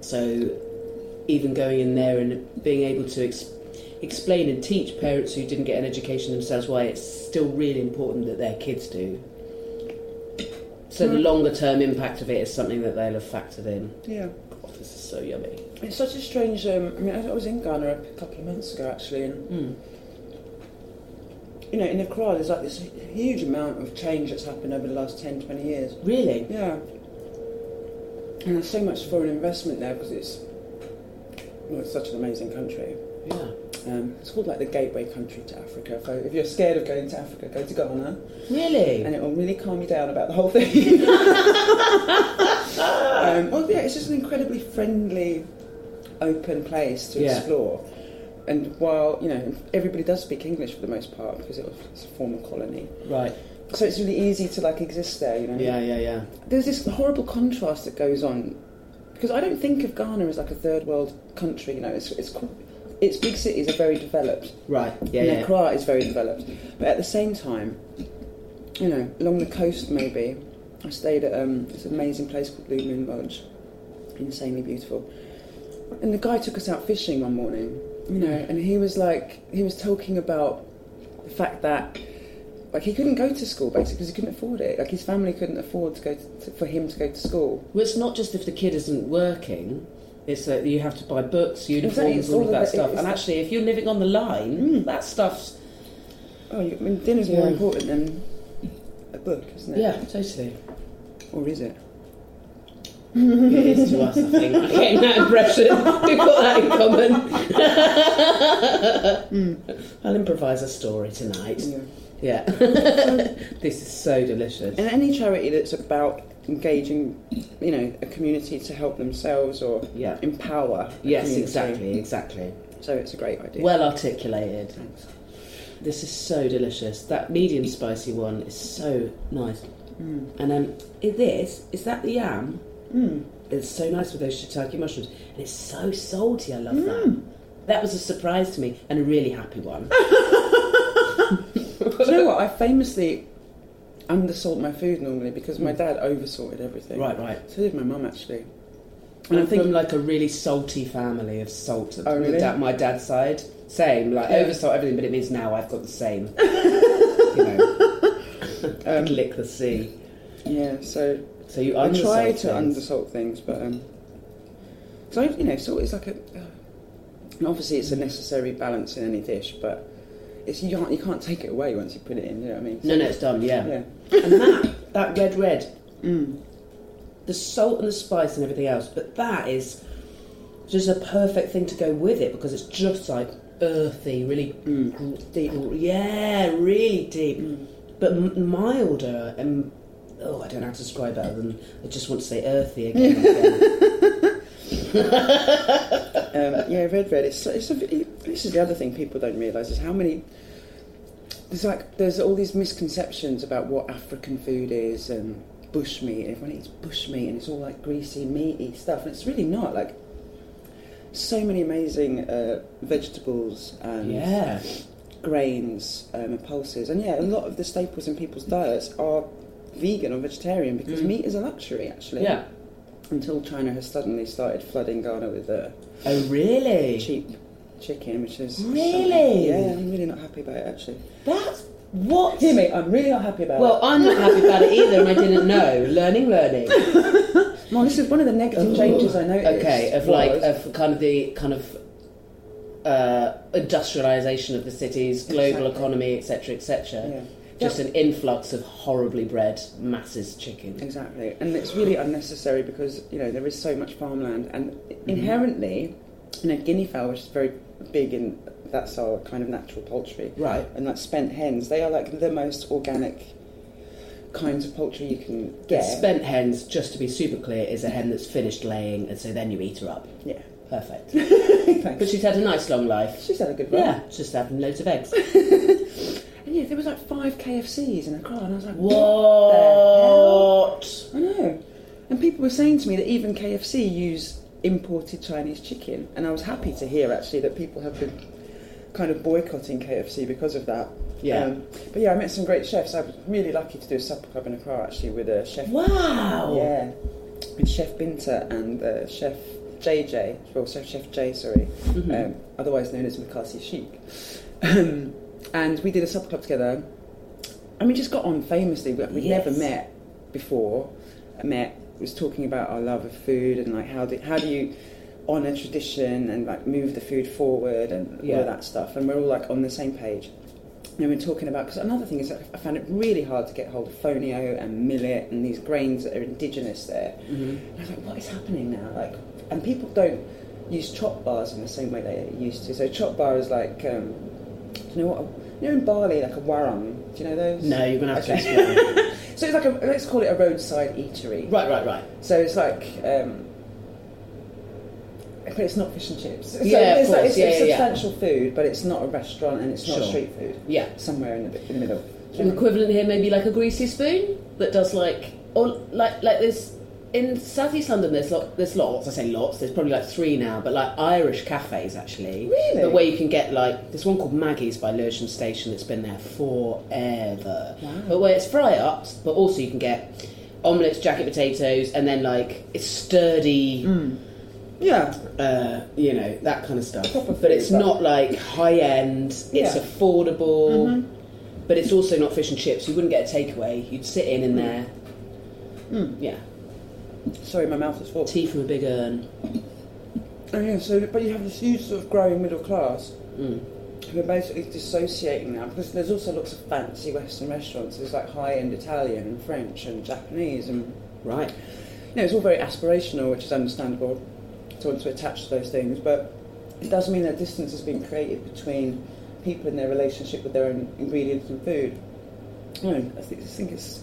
So even going in there and being able to ex- explain and teach parents who didn't get an education themselves why it's still really important that their kids do. So the longer term impact of it is something that they'll have factored in. yeah God, this is so yummy. it's such a strange um, I mean I I was in Ghana a couple of months ago actually and Mm. you know in Accra there's like this huge amount of change that's happened over the last 10 20 years Really? Yeah. And there's so much foreign investment there because it's, well, it's such an amazing country. Yeah. Um, it's called like the gateway country to Africa. So if you're scared of going to Africa, go to Ghana, Really? and it will really calm you down about the whole thing. um, well, yeah, it's just an incredibly friendly, open place to Yeah. explore. And while you know everybody does speak English for the most part because it was, it's a former colony, Right. so it's really easy to like exist there. You know Yeah, yeah, yeah. there's this horrible contrast that goes on because I don't think of Ghana as like a third world country. You know, it's it's qu- its big cities are very developed. Right. Yeah, and yeah. Accra is very developed, but at the same time, you know, along the coast maybe. I stayed at um, this amazing place called Blue Moon Lodge, insanely beautiful. And the guy took us out fishing one morning, you know, and he was like, he was talking about the fact that like he couldn't go to school basically because he couldn't afford it. Like his family couldn't afford to go to, to, for him to go to school. Well, it's not just if the kid isn't working. It's that you have to buy books, uniforms, it's all, all of that about- stuff. it's- And actually, if you're living on the line, that stuff's Oh, you, I mean, dinner's more Yeah. important than a book, isn't it? Yeah, totally. Or is it? It is to us, I think. I'm getting that impression. We've got that in common. I'll improvise a story tonight. Yeah. this is so delicious. And any charity that's about engaging, you know, a community to help themselves or Yeah. empower. the Yes, community. exactly, exactly. So it's a great idea. Well articulated. This is so delicious. That medium spicy one is so nice. And then in this, is that the yam? It's so nice with those shiitake mushrooms. And it's so salty, I love that. That was a surprise to me and a really happy one. Do you know what? I famously undersalt my food normally because my dad oversalted everything. Mm. Right, right. So did my mum actually. And And I I'm think- from like a really salty family of salt. Oh, really? da- my dad's side, same. Like Yeah. oversalt everything, but it means now I've got the same. you know, I could lick the sea. Yeah. So So you I undersalt try to things. undersalt things, but um, so you know, salt is like a. and obviously, it's a necessary balance in any dish, but it's you can't you can't take it away once you put it in. You know what I mean? No, no, it's done. Yeah. Yeah. and that that red red, the salt and the spice and everything else, but that is just a perfect thing to go with it because it's just like earthy, really gr- deep. Yeah, really deep, Mm. but m- milder and. Oh, I don't know how to describe it other than I just want to say earthy again. and again. Um, yeah, red, red. It's, it's a, it- this is the other thing people don't realise is how many. There's like there's all these misconceptions about what African food is and bush meat. Everyone eats bush meat and it's all like greasy, meaty stuff, and it's really not. Like so many amazing uh, vegetables uh, and yeah, grains um, and pulses, and yeah, a lot of the staples in people's diets are vegan or vegetarian because Mm. meat is a luxury actually. yeah. Until China has suddenly started flooding Ghana with uh, Oh, really? cheap chicken, which is Really? yeah. I'm really not happy about it actually. That's what? Hear me, I'm really not happy about Well, I'm not happy about it either, and I didn't know. Learning, learning. it. Well, this is one of the negative changes I noticed. Okay, of like was- of kind of the kind of uh, industrialization of the cities, global economy, etc., etc. Yeah. Just Yeah. an influx of horribly bred masses chicken. exactly, and it's really unnecessary because you know there is so much farmland, and inherently, you know, guinea fowl, which is very big in that's our kind of natural poultry, Right. And like spent hens, they are like the most organic kinds of poultry you can get. Spent hens, just to be super clear, is a hen that's finished laying, and so then you eat her up. yeah, Perfect. thanks. But she's had a nice long life. She's had a good run. Yeah, just having loads of eggs. And yeah, there was like five KFCs in a car, and I was like, What? I know. And people were saying to me that even KFC use imported Chinese chicken, and I was happy to hear actually that people have been kind of boycotting KFC because of that. Um, Yeah. but yeah, I met some great chefs. I was really lucky to do a supper club in a car actually with a chef. Wow. Yeah, with Chef Binta and uh, Chef JJ, well, Chef Chef J, sorry, Mm-hmm. um, otherwise known as Mikasi Sheik. Um, and we did a supper club together, and we just got on famously. We, we'd Yes. never met before. Met was talking about our love of food and like how do how do you honour tradition and like move the food forward and all Yeah. all that stuff. And we're all like on the same page. And we're talking about because another thing is that I found it really hard to get hold of fonio and millet and these grains that are indigenous there. Mm-hmm. And I was like, what is happening now? Like, and people don't use chop bars in the same way they used to. So chop bar is like, um, do you know what? You know in Bali, like a warung. Do you know those? No, uh, you're gonna have to explain. So it's like a let's call it a roadside eatery. right, right, right. So it's like, um, but it's not fish and chips. So Yeah, of it's, like, course. it's, Yeah, it's yeah, yeah. substantial food, but it's not a restaurant and it's not Sure. street food. Yeah. somewhere in the, in the middle. an equivalent here maybe like a greasy spoon that does like or like like this in southeast london there's lot there's lots i say lots there's probably like three now but like irish cafes actually Really? but where you can get like there's one called maggie's by lewisham station that's been there forever but where it's fry ups but also you can get omelets jacket potatoes and then like it's sturdy Mm. Yeah, uh, you know that kind of stuff. Proper But it's food, not like high end. It's Yeah. Mm-hmm. affordable, but it's also not fish and chips. You wouldn't get a takeaway. You'd sit in in there. Yeah, sorry, my mouth is full. tea from a big urn. Oh yeah, so but you have this huge sort of growing middle class, who are basically dissociating now because there's also lots of fancy Western restaurants. There's like high-end Italian and French and Japanese and right. You know, it's all very aspirational, which is understandable to want to attach to those things, but it does mean that distance has been created between people and their relationship with their own ingredients and food. You know, I think, I think it's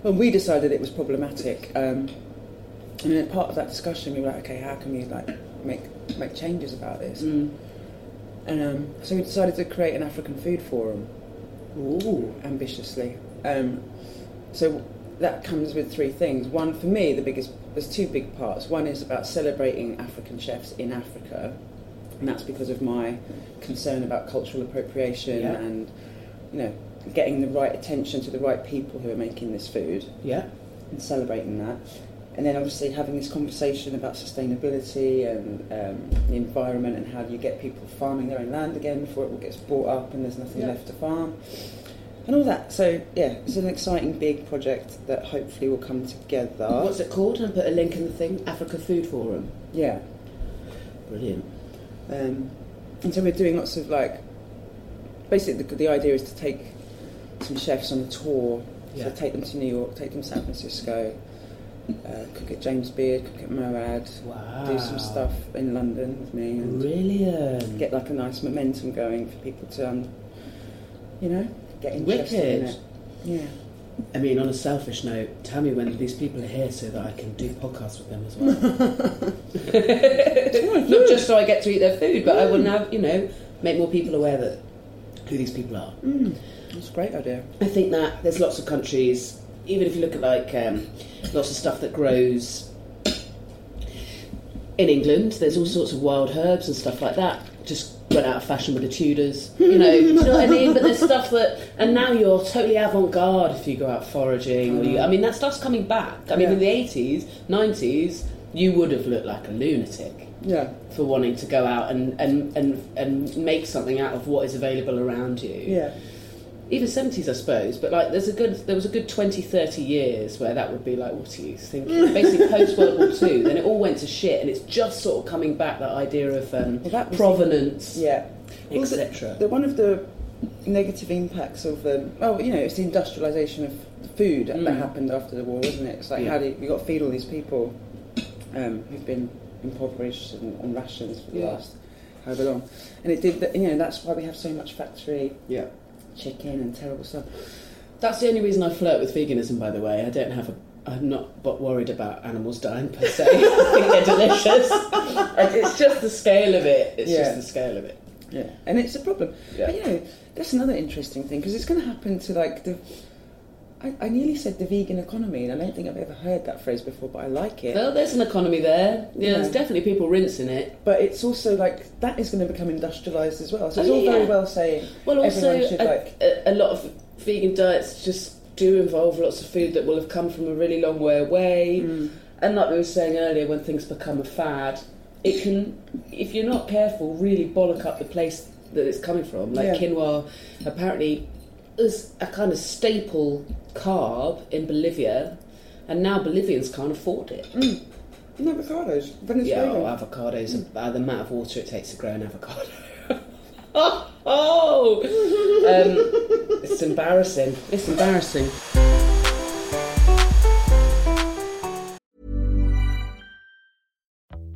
when we decided it was problematic. Um, and then part of that discussion, we were like, okay, how can we like make make changes about this? And um, so we decided to create an African food forum. Ooh. Ambitiously. Um, so that comes with three things. One, for me, the biggest, there's two big parts. One is about celebrating African chefs in Africa, and that's because of my concern about cultural appropriation Yeah. and, you know, getting the right attention to the right people who are making this food Yeah. and celebrating that. And then obviously having this conversation about sustainability and um, the environment and how do you get people farming their own land again before it all gets bought up and there's nothing left to farm and all that. So yeah, it's an exciting big project that hopefully will come together. What's it called? I'll put a link in the thing. Africa Food Forum. Yeah. Brilliant. Um, and so we're doing lots of like, basically the, the idea is to take some chefs on a tour. Yeah. So take them to New York, take them to San Francisco, uh, cook at James Beard, cook at Moad, Wow. do some stuff in London with me and Brilliant. get like a nice momentum going for people to, um, you know, get interested Wicked. in it. Yeah. I mean, on a selfish note, tell me when these people are here so that I can do podcasts with them as well. Not just so I get to eat their food, but I will Mm. now, you know, make more people aware that who these people are. Mm. It's a great idea. I think that there's lots of countries, even if you look at like um, lots of stuff that grows in England, there's all sorts of wild herbs and stuff like that. Just went out of fashion with the Tudors, you know. do you know what I mean? But there's stuff that, and now you're totally avant-garde if you go out foraging. Or you, I mean, that stuff's coming back. I mean, in the '80s, '90s, you would have looked like a lunatic Yeah. for wanting to go out and and and, and make something out of what is available around you Yeah. even 70s i suppose but like there's a good there was a good 20 30 years where that would be like what are you thinking basically post world war ii then it all went to shit and it's just sort of coming back that idea of um, Well, that was- provenance Yeah. Well, the- etc the- One of the negative impacts of the oh, you know, it's the industrialisation of food that happened after the war, wasn't it? It's like Mm. Yeah. how do you, you got to feed all these people um, who've been impoverished and on rations for the Yeah. last however long, and it did. The, you know, that's why we have so much factory yeah chicken and terrible stuff. that's the only reason i flirt with veganism by the way i don't have a I'm not but worried about animals dying per se. I think they're delicious. And It's just the scale of it. It's Yeah. just the scale of it. Yeah, and it's a problem. Yeah. But you know, that's another interesting thing because it's going to happen to like the. I, I nearly said the vegan economy, and I don't think I've ever heard that phrase before, but I like it. Oh, Well, there's an economy there. Yeah, there's Yeah. definitely people rinsing it. But it's also like that is going to become industrialised as well. So it's Oh, all yeah, very yeah. well saying. Well, also, uh, everyone should a, like. a, a lot of vegan diets just do involve lots of food that will have come from a really long way away. And like we were saying earlier, when things become a fad, it can, if you're not careful, really bollock up the place that it's coming from. Like Yeah. quinoa, apparently, is a kind of staple carb in Bolivia, and now Bolivians can't afford it. No avocados, Yeah, Venezuela. oh, avocados, uh, the amount of water it takes to grow an avocado. oh! oh. um, it's embarrassing. It's embarrassing.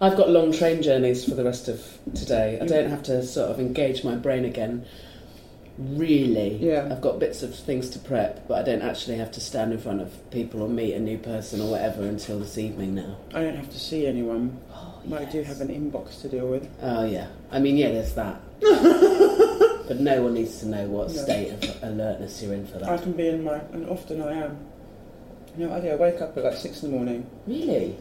I've got long train journeys for the rest of today. I don't have to sort of engage my brain again. Really, Yeah. I've got bits of things to prep, but I don't actually have to stand in front of people or meet a new person or whatever until this evening now. I don't have to see anyone, but Oh, I do have an inbox to deal with. Oh yeah, I mean yeah, there's that. but no one needs to know what state of alertness you're in for I that. can be in my, and often I am. You know, I do. I wake up at like six in the morning. Really?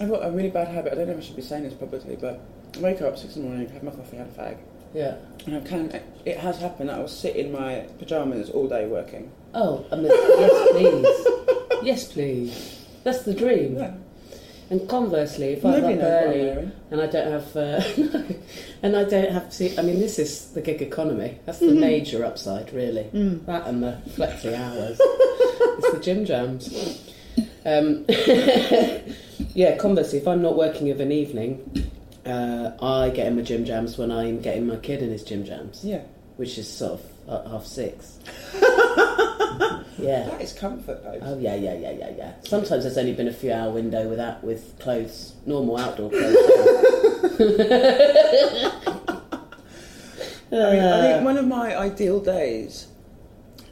I've got a really bad habit. I don't know if I should be saying this publicly, but I wake up six in the morning, have my coffee, have a fag, Yeah. and I can. It has happened that I will sit in my pajamas all day working. Oh, I mean, yes, please. Yes, please. That's the dream. Yeah. And conversely, if Nobody I'm up knows what I'm early wearing. and I don't have, uh, no, and I don't have to, I mean, this is the gig economy. That's Mm-hmm. the major upside, really. Mm. That and the flexi hours. it's the gym jams. Um, yeah, conversely, if I'm not working of an evening, uh, I get in my gym jams when I'm getting my kid in his gym jams, Yeah, which is sort of at half six. yeah. that is comfort though. Oh yeah, yeah, yeah, yeah, yeah. Sometimes there's only been a few hour window without with clothes, normal outdoor clothes. I, mean, I think one of my ideal days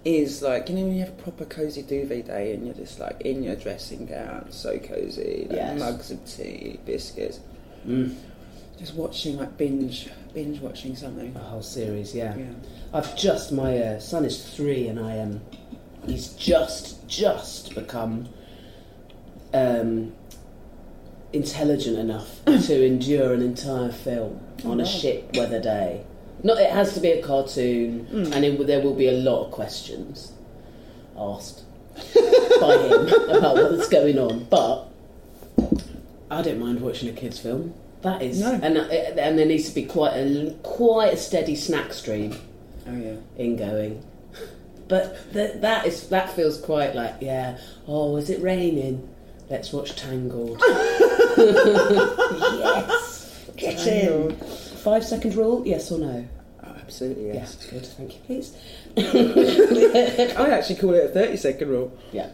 is like you know when you have a proper cozy duvet day and you're just like in your dressing gown, so cozy, like Yes. mugs of tea, biscuits, just watching like binge binge watching something. the whole series, yeah. Yeah. I've just my uh, son is three, and I um, he's just just become um, intelligent enough to endure an entire film on a shit weather day. Not it has to be a cartoon, and it, there will be a lot of questions asked by him about what's going on, but. I don't mind watching a kids' film. That is, No. and uh, and there needs to be quite a quite a steady snack stream Oh yeah. in going. But th- that is that feels quite like yeah. Oh, is it raining? Let's watch Tangled. yes, get in. Five second rule, yes or no? Oh, absolutely yes. Yes, good. Thank you, please. I actually call it a 30 second rule. Yeah.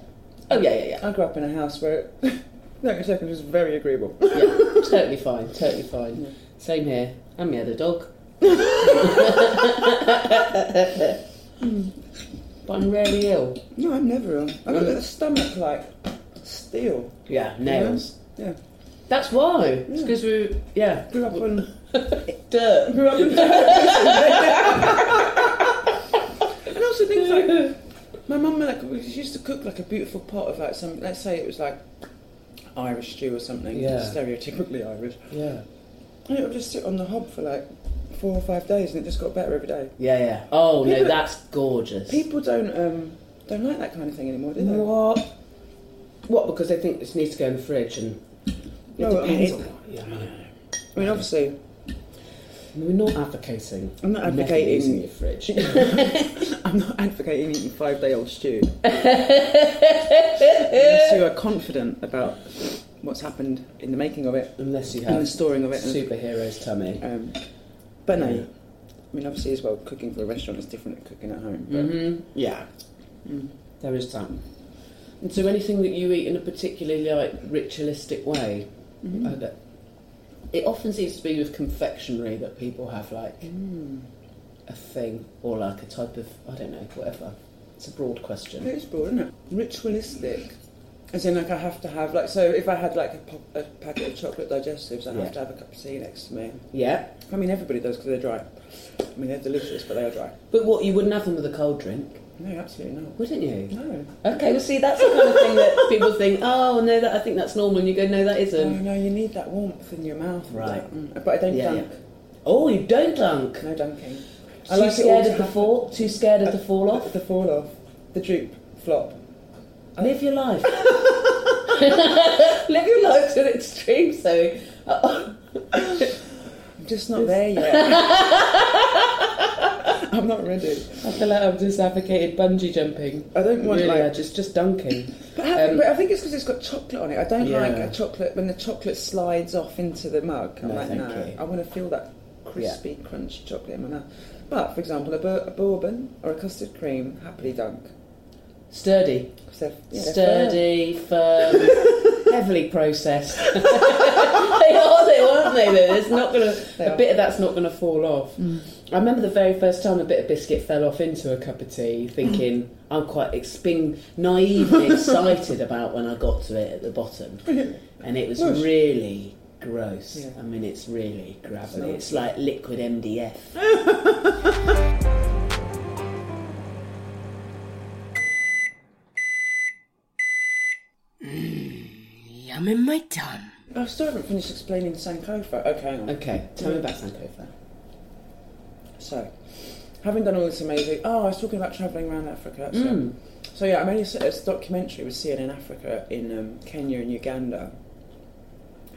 Oh yeah, yeah, yeah. I grew up in a house where 30 seconds was very agreeable. yeah. Totally fine. Totally fine. Same here. And me other dog. but I'm rarely ill. No, I'm never ill. I've got a stomach like steel. Yeah, you know? nails. Yeah. That's why. It's because we, yeah, Grew up on. dirt. Grew up on. and also things like. My mum like, she used to cook like a beautiful pot of like some, let's say it was like Irish stew or something, Yeah. stereotypically Irish. Yeah. And it would just sit on the hob for like four or five days and it just got better every day. Yeah, yeah. Oh no, People- that's gorgeous. People don't um, don't like that kind of thing anymore, do they? what? What? Because they think this needs to go in the fridge and. It No, I mean, depends it- on what. Yeah, I mean, I mean, obviously, we're not advocating. I'm not never advocating- using your fridge. I'm not advocating eating five day old stew. Unless you are confident about what's happened in the making of it Unless you and the have storing of it. and- superhero's tummy. um, but no, I mean, obviously, as well, cooking for a restaurant is different than cooking at home. But Mm-hmm. Yeah. Mm. There is that. And so anything that you eat in a particularly like ritualistic way, uh, that- it often seems to be with confectionery that people have like Mm. a thing or like a type of I don't know whatever. It's a broad question. it's broad, isn't it? Ritualistic. As in, like, I have to have, like, so if I had, like, a, pop, a packet of chocolate digestives, I Yeah. have to have a cup of tea next to me. Yeah. I mean, everybody does because they're dry. I mean, they're delicious, but they are dry. But what you wouldn't have them with a cold drink, No, absolutely not. wouldn't you? No. Okay. Well, see, that's the kind of thing that people think. Oh no, that I think that's normal, and you go, no, that Oh isn't. no, you need that warmth in your mouth. and Right. that, mm. But I don't Yeah, dunk. yeah. Oh, you don't dunk. No dunking. Too scared to of the happen. fall. Too scared of the fall off. The fall off. The droop. Flop. Live your life. Live your life to an extreme. So I'm just not there yet. I'm not ready. I feel like I've just advocated bungee jumping. I don't want Really, like I just just dunking. But I, but I think it's because it's got chocolate on it. I don't Yeah. like a chocolate when the chocolate slides off into the mug. I'm No, like, thank no, you. I want to feel that crispy, crunchy chocolate in my mouth. But for example, a, bur- a bourbon or a custard cream, happily dunk. Sturdy, 'Cause they're- yeah, they're sturdy, firm, heavily processed. they are, they aren't they? Though it's not gonna. They a are. bit of that's not gonna fall off. I remember the very first time a bit of biscuit fell off into a cup of tea, thinking I'm quite ex- being naive and excited about when I got to it at the bottom, and it was really gross. I mean, it's really gravelly. It's like liquid MDF. Mm, Yum in my tongue. firm. I still haven't finished explaining Sankofa. Okay, hang on. Okay, tell me about Sankofa. So, having done all this amazing, oh, I was talking about travelling around Africa. That's it. So yeah, I made a, a documentary with CNN Africa in um, Kenya and Uganda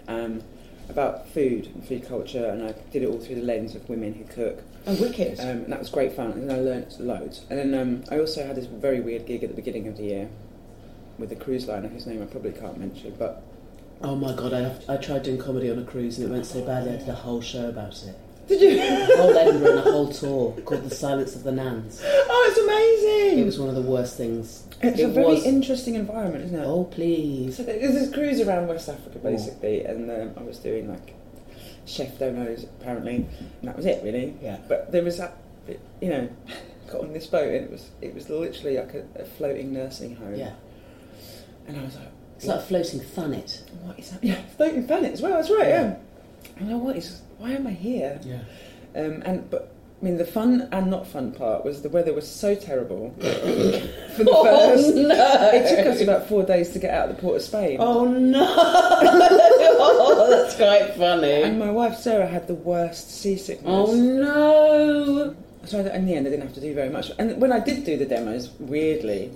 um, about food and food culture, and I did it all through the lens of women who cook. Oh, wicked. Um, and that was great fun, and I learnt loads. And then um, I also had this very weird gig at the beginning of the year with a cruise liner whose name I probably can't mention, but Oh my god, I, I tried doing comedy on a cruise and it went so badly I did a whole show about it. did you? A whole Edinburgh and a whole tour called The Silence of the Nans. oh, it's amazing! It was one of the worst things. it's it a very was. interesting environment, isn't it? oh, please. So there's this cruise around West Africa basically, and um, I was doing like chef donos apparently, and that was it really. Yeah. But there was that, bit, you know, got on this boat and it was it was literally like a, a floating nursing home. Yeah. And I was like, It's like a floating funnet. what is that? Yeah, floating planet as well. That's right. Yeah. And I what is? Why am I here? Yeah. Um, and but I mean the fun and not fun part was the weather was so terrible for the Oh, first. It took us about four days to get out of the port of Spain. Oh no! oh, that's quite funny. And my wife Sarah had the worst seasickness. Oh no! So I- in the end, I didn't have to do very much. And when I did do the demos, weirdly,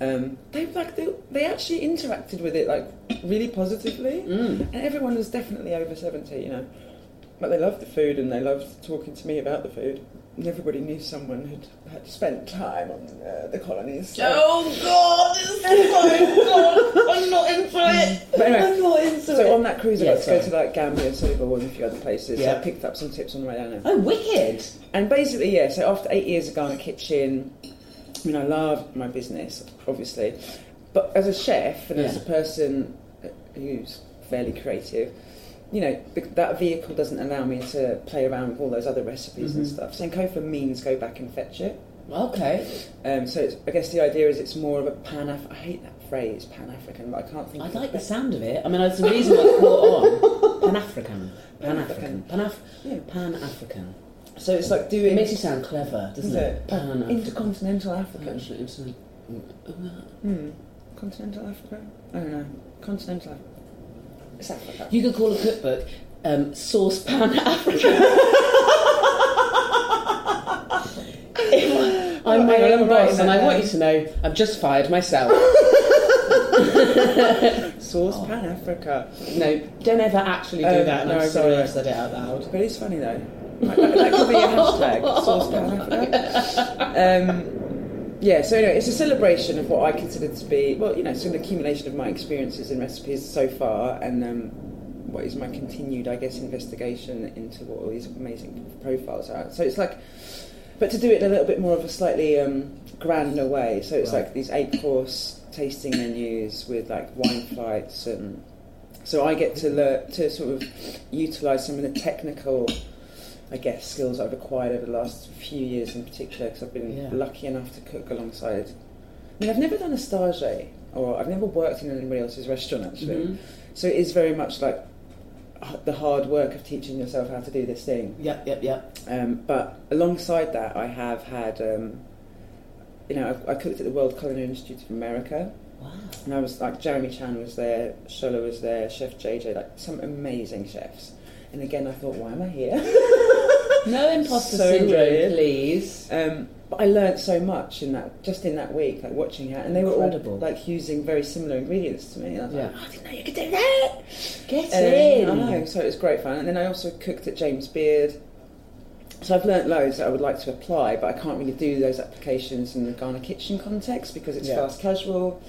um, they like they, they actually interacted with it like really positively, Mm. and everyone was definitely over seventy, you know. But they loved the food and they loved talking to me about the food. And everybody knew someone who'd had spent time on uh, the colonies. so- Oh god! Oh god! I'm not into it! But anyway, I'm not into so it! on that cruise, I Yeah, got to go sorry. to like Gambia, Senegal, and a few other places. So Yeah. I picked up some tips on the way down there. Oh, wicked! And basically, yeah, so after eight years of Garner Kitchen, I mean, I love my business, obviously. But as a chef and as Yeah. a person who's fairly creative, you know, th- that vehicle doesn't allow me to play around with all those other recipes Mm-hmm. and stuff. Sankofa means go back and fetch it. Okay. Um, so it's, I guess the idea is it's more of a pan Af- I hate that phrase, pan African, but I can't think I of the like the best- sound of it. I mean, that's the reason why I caught on. Pan African. Pan African. Pan Af- Yeah. Pan African. So it's like It doing. makes you sound clever, doesn't it? Pan African. Intercontinental African. Intercontinental. Continental Africa? I don't know. Continental Africa. It's Africa. You could call a cookbook um, Sauce Pan African. I'm my hang on, own I'm writing boss, that and I down. want you to know I've just fired myself. Sauce Pan Africa. no, don't ever actually do Um, that. And no, I'm I sorry won't. I've said it out loud. But it's funny though. Like, that, that could be a hashtag. Sauce Pan Africa. Um, yeah, so anyway, it's a celebration of what I consider to be, well, you know, it's an accumulation of my experiences and recipes so far and um, what is my continued, I guess, investigation into what all these amazing profiles are. So it's like, but to do it in a little bit more of a slightly um, grander way. So it's like these eight course tasting menus with like wine flights and so I get to learn to sort of utilise some of the technical, I guess, skills I've acquired over the last few years in particular because I've been Yeah. lucky enough to cook alongside. I mean, I've never done a stage or I've never worked in anybody else's restaurant actually. So it is very much like h- the hard work of teaching yourself how to do this thing. Yep, yep, yep. Um, but alongside that, I have had, um, you know, I've, I cooked at the World Culinary Institute of America. Wow. And I was like, Jeremy Chan was there, Shola was there, Chef JJ, like some amazing chefs. And again, I thought, why am I here? No imposter So syndrome, weird. please. um, But I learnt so much in that, just in that week, like watching her, and they were Incredible. all like using very similar ingredients to me. And I was Yeah. like, "Oh, I didn't know you could do that. Get Um, in. I know, so it was great fun. And then I also cooked at James Beard. So I've learnt loads that I would like to apply, but I can't really do those applications in the Ghana kitchen context because it's Yeah. fast casual.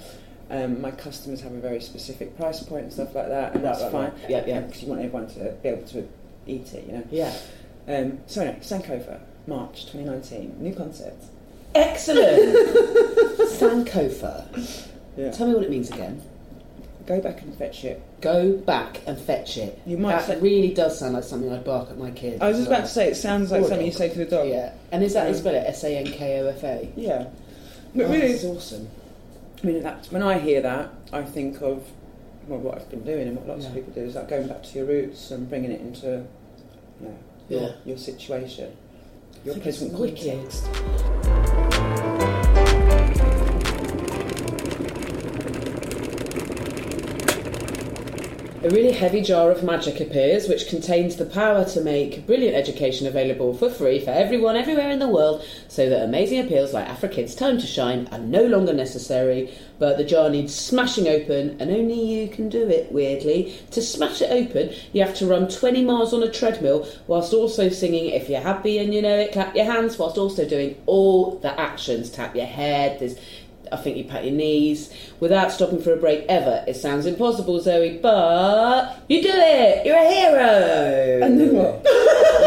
Um, my customers have a very specific price point and stuff like that, and Right, that's right, fine. right. Yeah, yeah. Because you want everyone to be able to eat it, you know. Yeah. Um, so anyway, Sankofa, March 2019, new concept. Excellent. Sankofa. Yeah. Tell me what it means again. Go back and fetch it. Go back and fetch it. You might That say- really does sound like something I'd bark at my kids. I was just about to say, it sounds like Or a something you dog. say to the dog. Yeah. And is that Yeah. is spell it S A N K O F A? Yeah. But Oh, really, this is awesome. I mean, that, when I hear that, I think of well, what I've been doing and what lots of Yeah. people do is like going back to your roots and bringing it into you know, your, Yeah. your situation, your I think it's present wicked. context. A really heavy jar of magic appears, which contains the power to make brilliant education available for free for everyone everywhere in the world, so that amazing appeals like AfroKids' Time to Shine are no longer necessary. But the jar needs smashing open, and only you can do it, weirdly. To smash it open, you have to run 20 miles on a treadmill whilst also singing If You're Happy and You Know It, Clap Your Hands, whilst also doing all the actions tap your head, there's I think you pat your knees without stopping for a break ever. It sounds impossible, Zoe, but you do it. You're a hero. And then what?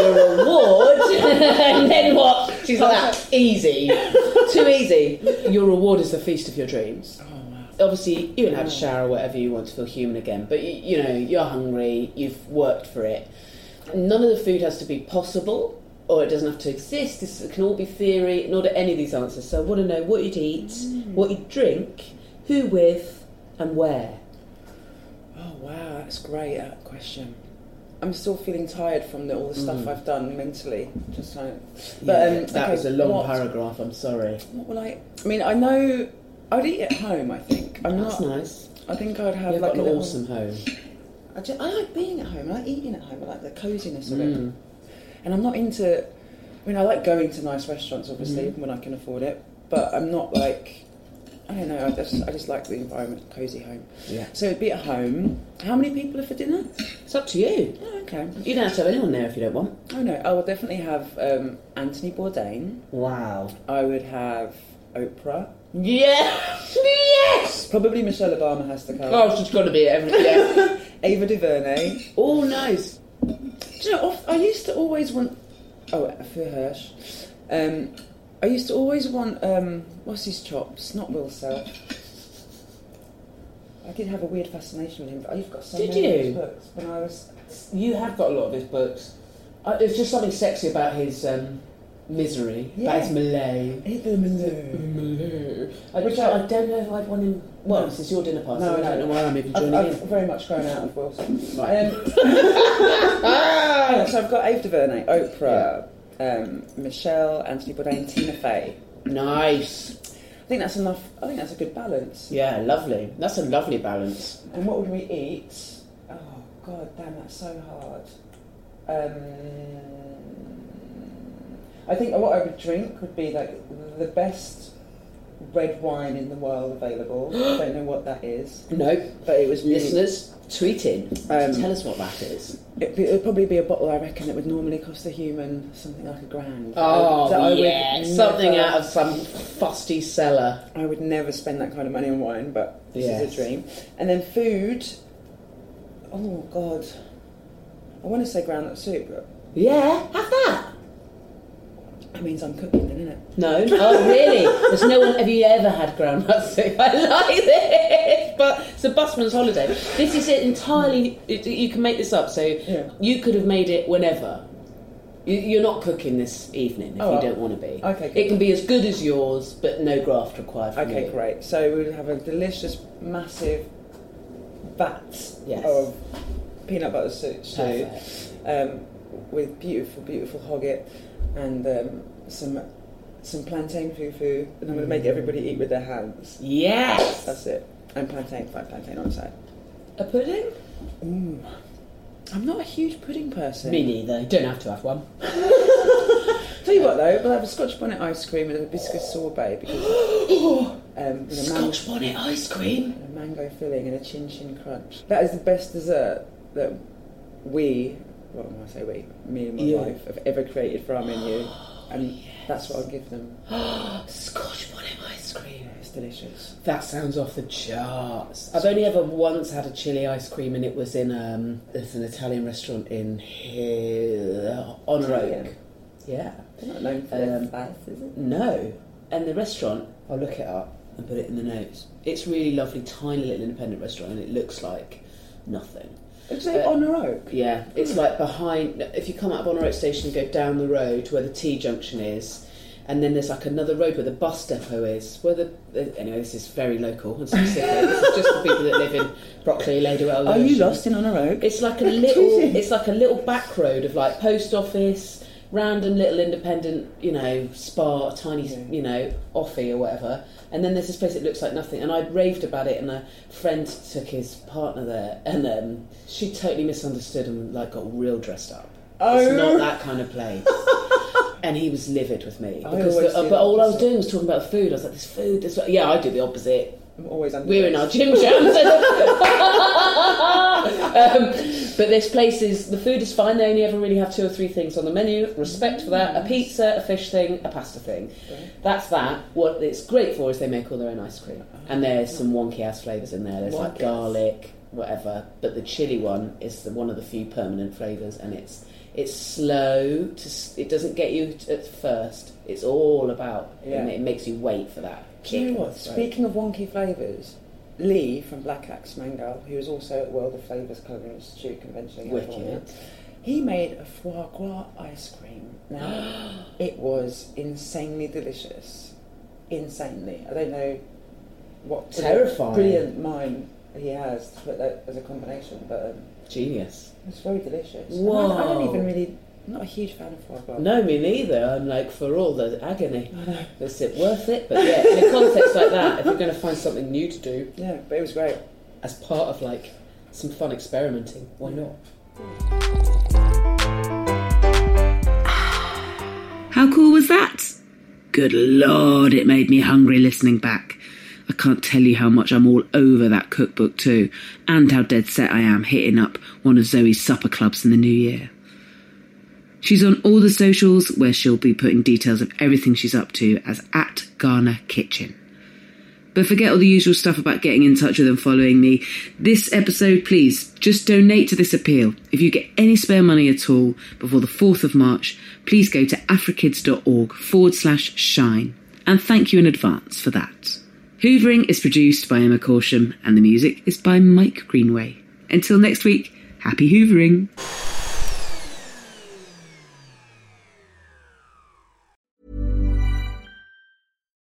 Your reward. and then what? She's like that. Easy. Too easy. Your reward is the feast of your dreams. Obviously, you don't have to shower or whatever you want to feel human again, but you, you know, you're hungry, you've worked for it. None of the food has to be possible or it doesn't have to exist. This can all be theory, nor do any of these answers. So I want to know what you'd eat, Mm. what you'd drink, who with, and where. Oh wow, that's great. That question. I'm still feeling tired from the, all the stuff I've done mentally. Just trying. But um, um, Mm. that okay, was a long what- paragraph. I'm sorry. What will I? I mean, I know I'd eat at home. I think I'm That's not. nice. I think I'd have You've like got an a little- awesome home. I, ju- I like being at home. I like eating at home. I like the coziness of it. And I'm not into. I mean, I like going to nice restaurants, obviously, Mm-hmm. when I can afford it. But I'm not like. I don't know. I just I just like the environment, cozy home. Yeah. So it'd be at home. How many people are for dinner? It's up to you. Oh, okay. You don't have to have anyone there if you don't want. Oh no. I will definitely have um, Anthony Bourdain. Wow. I would have Oprah. Yeah. yes. Probably Michelle Obama has to come. Oh, she's got to be at every. Yeah. Ava DuVernay. all nice. Do you know, off, I used to always want. Oh, for Hirsch. Um, I used to always want. Um, what's his chops? Not Will Self. I did have a weird fascination with him. But you've got so Did many of his you? books. When I was. You have got a lot of his books. Uh, there's just something sexy about his um, misery, Yeah. about his malaise. I, Which which I, I don't know if I've won him. Well, this is your dinner party. No, I don't no. know why I'm even I've, joining I've in. very much grown out of Wilson. Right. Um, ah, so I've got Ava DuVernay, Oprah, um, Michelle, Anthony Bourdain, Tina Fey. Nice. I think that's enough. I think that's a good balance. Yeah, lovely. That's a lovely balance. And what would we eat? Oh god, damn, that's so hard. Um, I think what I would drink would be like the best red wine in the world available. I don't know what that is, No, but it was really, listeners, tweet in. Um, Tell us what that is. it'd, be, it'd probably be a bottle. I reckon that would normally cost a human something like a grand. That I Oh, would yeah. Something never- out of some fusty cellar. I would never spend that kind of money on wine, but this Yes. is a dream. And then food. Oh God, I want to say groundnut soup, but Yeah, have that. that means I'm cooking, then, isn't it? No. Oh, really? There's no one. Have you ever had groundnut soup? I like this, but it's a busman's holiday. This is it entirely. It, you can make this up. So you could have made it whenever. You, you're not cooking this evening if Oh, you don't want to be. okay, good. It can be as good as yours, but no graft required. From Okay, you. great. So we'll have a delicious, massive vat Yes. of peanut butter soup, soup Perfect. um, with beautiful, beautiful hogget and um, some some plantain fufu, and I'm going to make everybody eat with their hands. Mm. Yes. That's it. And plantain, fried plantain on the side. a pudding. I'm not a huge pudding person. Me neither. You don't have to have one. Tell you what though, we'll have a Scotch bonnet ice cream with a hibiscus sorbet because um, with a, man- Scotch bonnet ice cream. a mango filling and a chin chin crunch. That is the best dessert that we, what am I say we, me and my You. wife have ever created for our menu, and that's what I'll give them. Scotch bonnet ice cream. It's delicious. That sounds off the charts. I've only ever once had a chili ice cream, and it was in um, it's an Italian restaurant in here, Honor Oak. Yeah. They're not known for their spice, is it? No. And the restaurant, I'll look it up and put it in the notes. It's really lovely, tiny little independent restaurant, and it looks like nothing. Did you say Honor Oak? Yeah, it's like behind. If you come out of Bonner Road Station and go down the road to where the T junction is, and then there's like another road where the bus depot is. Where the uh, anyway, this is very local and specific. this is just for people that live in Broccoli, Ladywell. Are Oh, you Lewisham. lost in Honor Oak? It's like a little. It's like a little back road of like post office, random little independent, you know, spa, tiny, you know, offie or whatever. And then there's this place that looks like nothing. And I raved about it, and a friend took his partner there, and um, she totally misunderstood and like got real dressed up. It's Oh. not that kind of place. And he was livid with me because, always the, do but all I was opposite. doing was talking about food. I was like, "This food, this." Yeah, I do the opposite. I'm always under. We're in our gym jams. um, but this place is the food is fine. They only ever really have two or three things on the menu. Respect for that: a pizza, a fish thing, a pasta thing. That's that. What it's great for is they make all their own ice cream, and there's some wonky Uh-huh. ass flavors in there. There's like garlic, whatever. But the chili one is the one of the few permanent flavors, and it's it's slow. To, s- it doesn't get you t- at first. It's all about. Yeah. It, makes you wait for that. Do you kick. know what? It's great. Speaking of wonky flavours, Lee from Black Axe Mangal, who was also at World of Flavours Culinary Institute Convention in California, Wicked. he made a foie gras ice cream. Now, it was insanely delicious. Insanely. I don't know what sort of Terrifying. brilliant mind he has to put that as a combination, but um, Genius. it's very delicious. And I- I, don't Wow. even really, I'm not a huge fan of foie gras. No, me neither. I'm like, for all the agony, is it worth it? But yeah, in a context like that, if you're going to find something new to do Yeah, but it was great. as part of like some fun experimenting, why not? How cool was that? Good lord, it made me hungry listening back. I can't tell you how much I'm all over that cookbook too, and how dead set I am hitting up one of Zoe's supper clubs in the new year. She's on all the socials where she'll be putting details of everything she's up to as at Ghana Kitchen. But forget all the usual stuff about getting in touch with and following me. This episode, please, just donate to this appeal. If you get any spare money at all before the 4th of March, please go to afrikids.org forward slash shine. And thank you in advance for that. Hoovering is produced by Emma Corsham and the music is by Mike Greenway. Until next week, happy hoovering.